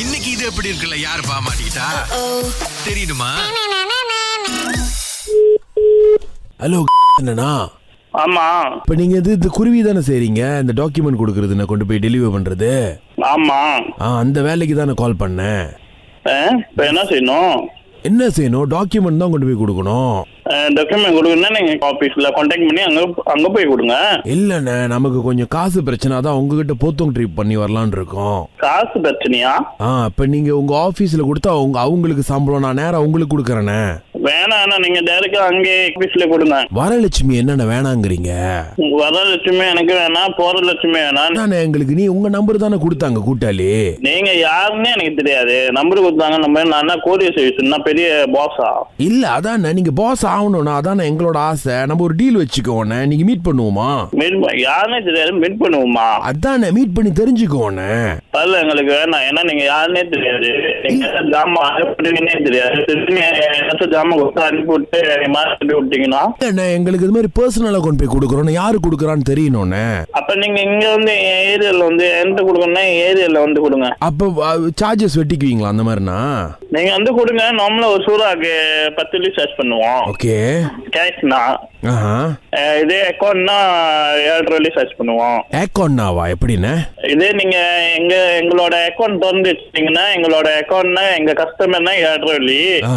இன்னைக்கு இது எப்படி இருக்குல்ல யாரு பாமாட்டா தெரியுமா ஹலோ என்னண்ணா ஆமா இப்போ நீங்கள் இது இந்த குருவி தானே செய்கிறீங்க இந்த டாக்குமெண்ட் கொடுக்குறது நான் கொண்டு போய் டெலிவர் பண்ணுறது ஆமா ஆ அந்த வேலைக்கு தானே கால் பண்ணேன் ஆ, இப்ப என்ன செய்யணும் என்ன செய்யணும் டாக்குமெண்ட் தான் கொண்டு போய் கொடுக்கணும் டாக்குமெண்ட் கொடுங்கன்னா நீங்க ஆபீஸ்ல கான்டாக்ட் பண்ணி அங்க அங்க போய் கொடுங்க இல்லைண்ணே நமக்கு கொஞ்சம் காசு பிரச்சனை தான் உங்ககிட்ட போத்தவங்க ட்ரிப் பண்ணி வரலான்னு இருக்கோம் காசு பிரச்சனையா ஆ இப்போ நீங்கள் உங்கள் ஆஃபீஸில் கொடுத்தா அவங்க அவங்களுக்கு சம்பளம் நான் நேரா உங்களுக்கு கொடுக்குறேண்ணே வேணாம் வேணாம் நீங்க டேரக்டா அங்கே ஆபீஸ்ல கொடுங்க வரலட்சுமி என்னென்ன வேணாங்கிறீங்க உங்க வர லட்சுமி எனக்கு வேணாம் போற லட்சுமி வேணாம் என்னண்ணே எங்களுக்கு நீ உங்கள் நம்பர் தானே கொடுத்தாங்க கூட்டாளி நீங்க யாருன்னு எனக்கு தெரியாது நம்பர் கொடுத்தாங்க நம்ம நான் என்ன கோரியர் சர்வீஸ் நான் பெரிய பாஸா இல்லை அதாண்ணே நீங்கள் பாஸ் ஆகணும்ண்ணா அதானே எங்களோட ஆசை நம்ம ஒரு டீல் வச்சுக்கோண்ணே நீங்கள் மீட் பண்ணுவோமா மீட் யாருன்னே தெரியாது மீட் பண்ணுவோமா அதானே மீட் பண்ணி தெரிஞ்சுக்கோண்ணே பல்ல எங்களுக்கு வேணாம் ஏன்னா நீங்க யாருன்னே தெரியாது நீங்க என்ன ஜாமான் அனுப்பிட்டீங்கன்னே தெரியாது திருப்பி என்ன ஜாமான் கொடுத்து அனுப்பிவிட்டு மாற்றி விட்டீங்கன்னா அண்ணே எங்களுக்கு இது மாதிரி பர்சனலாக கொண்டு போய் கொடுக்குறோன்னு யாரு கொடுக்குறான்னு தெரியணும்ண்ணே அப்ப நீங்க இங்க வந்து என் ஏரியால வந்து என்கிட்ட கொடுக்கணும்னா என் ஏரியால வந்து கொடுங்க அப்போ சார்ஜஸ் வெட்டிக்குவீங்களா அந்த மாதிரிண்ணா நீங்க வந்து கொடுங்க நார்மலா ஒரு சூறாக்கு பத்து லீஸ் சார்ஜ் பண்ணுவோம் ஓகே கேஷ்னா ஆஹா அஹ் இதே அக்கௌண்ட்னா ஏழரை லீஸ் சார்ஜ் பண்ணுவோம் ஏக்கோண்ணாவா எப்படிண்ணே இதே நீங்க எங்க எங்களோட அக்கௌண்ட் திறந்து வச்சிட்டீங்கன்னா எங்களோட அக்கௌண்ட்னா எங்க கஸ்டமர்னா ஏழரை வழி ஆ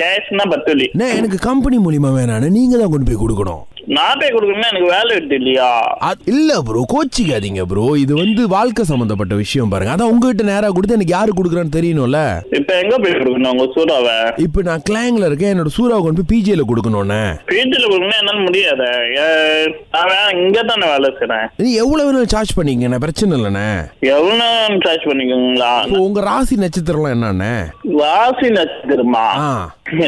கேஷ்னா பத்து வழி அண்ணே எனக்கு கம்பெனி மூலியமா வேணாண்ணே நீங்கள் தான் கொண்டு போய் கொடுக்கணும் நான் போய் கொடுக்கணும்னா எனக்கு வேலை விட்டு இல்லையா அது- இல்ல ப்ரோ கோச்சிக்காதீங்க ப்ரோ இது வந்து வாழ்க்கை சம்பந்தப்பட்ட விஷயம் பாருங்க அதான் உங்ககிட்ட நேரா கொடுத்து எனக்கு யாரு கொடுக்குறான்னு தெரியணும்ல இப்ப எங்க போய் கொடுக்கணும் உங்க சூறாவை இப்போ நான் கிளாங்ல இருக்கேன் என்னோட சூறாவை கொண்டு போய் பிஜேல கொடுக்கணும்ண்ணே பீச்சில் கொடுக்கணும் என்னால முடியாது ஏ- நான் வேற இங்க தானே வேலை செய்றேன் நீ எவ்வளவு வேணாலும் சார்ஜ் பண்ணிக்கங்கண்ணே பிரச்சனை இல்லைண்ணே எவ்வளோ சார்ஜ் பண்ணிக்கோங்களா இப்போ உங்க ராசி நட்சத்திரம்லாம் என்னண்ணே ராசி நட்சத்திரமா ஆ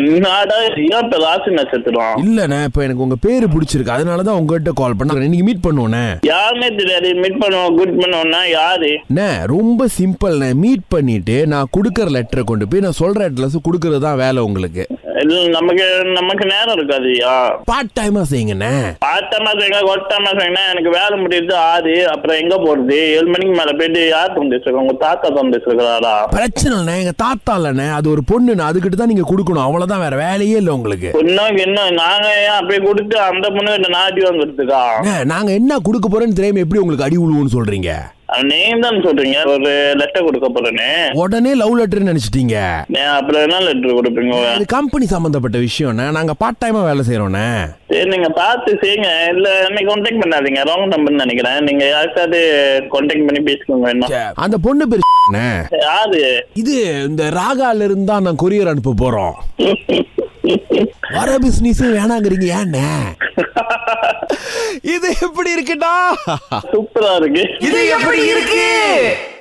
என்னடா ஐயா இப்ப ராசி நட்சத்திரம் இல்லண்ணே இப்போ எனக்கு உங்க பேரு பிடிச்சிருக்கு அதனால தான் உங்ககிட்ட கால் பண்ண இன்னைக்கு மீட் பண்ணுவோண்ணே யாருன்னே தெரியாது மீட் பண்ணுவோம் குட் பண்ணுவோம்னா யாரு அண்ணே ரொம்ப சிம்பிள்ண்ணே மீட் பண்ணிட்டு நான் கொடுக்குற லெட்டரை கொண்டு போய் நான் சொல்ற அட்ரஸ் கொடுக்கறது தான் வேலை உங்களுக்கு இல்ல நமக்கு நமக்கு நேரம் இருக்காது ஐயா பார்ட் டைமா செய்யுங்கண்ணே பார்த்தமா செய்யுங்க கொட்டமா செய்யுங்கன்னா எனக்கு வேலை முடியுது ஆறு அப்புறம் எங்க போறது ஏழு மணிக்கு மேல போயிட்டு யார் தந்துச்சிருக்கோம் உங்க தாத்தா தந்துச்சிருக்கிறாரா பிரச்சனை இல்லைண்ணே எங்க தாத்தா இல்லைண்ணே அது ஒரு பொண்ணுண்ணே அதுக்கிட்ட தான் நீங்க கொடுக்கணும் அவ்வளவுதான் வேற வேலையே இல்லை உங்களுக்கு இன்னும் இன்னும் நாங்க ஏன் அப்படியே கொடுத்து அந்த பொண்ணு என்ன நாட்டி வாங்குறதுக்கா அண்ணே, நாங்க என்ன கொடுக்க போறோம்னு தெரியாம எப்படி உங்களுக்கு அடி உழுவுன்னு சொல்றீங்க நேம் தான் சொல்றீங்க ஒரு லெட்டர் கொடுக்க போறேன்னு உடனே லவ் லெட்டர் நினைச்சிட்டீங்க நான் அப்புறம் என்ன லெட்டர் கொடுப்பீங்க அது கம்பெனி சம்பந்தப்பட்ட விஷயம்ண்ணே நாங்க பார்ட் டைமா வேலை செய்யறோம்ண்ணே சரி நீங்க பார்த்து செய்யுங்க இல்ல என்ன கான்டாக்ட் பண்ணாதீங்க ராங் நம்பர் நினைக்கிறேன் நீங்க யாருக்காவது கான்டாக்ட் பண்ணி பேசிக்கோங்க என்ன அந்த பொண்ணு பேரு ண்ணே. யாரு இது இந்த ராகால இருந்தா நான் கொரியர் அனுப்ப போறோம் வர பிசினஸ் வேணாங்கிறீங்க ஏண்ணே இது எப்படி இருக்குடா சூப்பரா இருக்கு இது எப்படி இருக்கு